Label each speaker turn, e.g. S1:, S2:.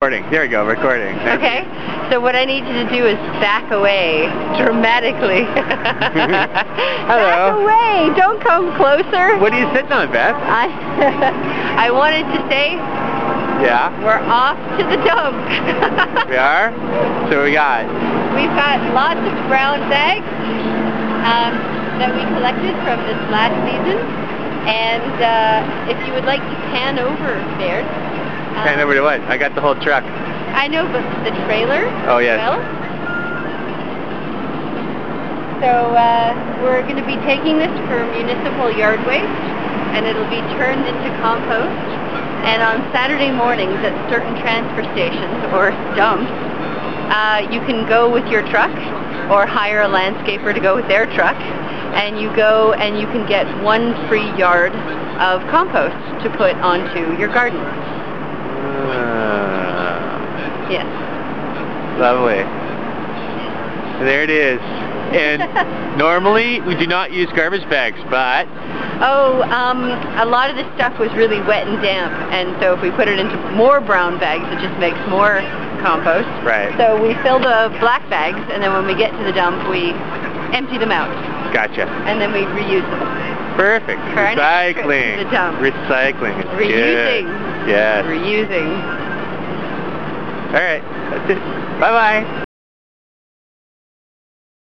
S1: Recording. There we go. Recording. Thank you.
S2: Okay, so what I need you to do is back away dramatically. Back
S1: Hello.
S2: away. Don't come closer.
S1: What are you sitting on, Beth?
S2: I I wanted to say
S1: Yeah.
S2: Uh, we're off to the dump.
S1: We are. So we
S2: Uh,
S1: got.
S2: We've got lots of brown bags um, that we collected from this last season, and uh, if you would like to pan over, Baird. um,
S1: Hand over to what? I got the whole truck.
S2: I know, but the trailer.
S1: Oh,
S2: as
S1: yes.
S2: Well. So uh, we're going to be taking this for municipal yard waste, and it'll be turned into compost. And on Saturday mornings at certain transfer stations or dumps, uh, you can go with your truck or hire a landscaper to go with their truck, and you go and you can get one free yard of compost to put onto your garden.
S1: Uh, Ah,
S2: Yes.
S1: lovely. There it is. And normally we do not use garbage bags, but
S2: Oh, um, a lot of this stuff was really wet and damp, and so if we put it into more brown bags, it just makes more compost.
S1: right.
S2: So we fill the black bags, and then when we get to the dump, we empty them out,
S1: Gotcha.
S2: and then we reuse them.
S1: Perfect.
S2: Turn it
S1: Recycling.
S2: to the dump.
S1: Recycling. is good.
S2: Reusing.
S1: Yes.
S2: Reusing.
S1: All right. That's it. Bye bye.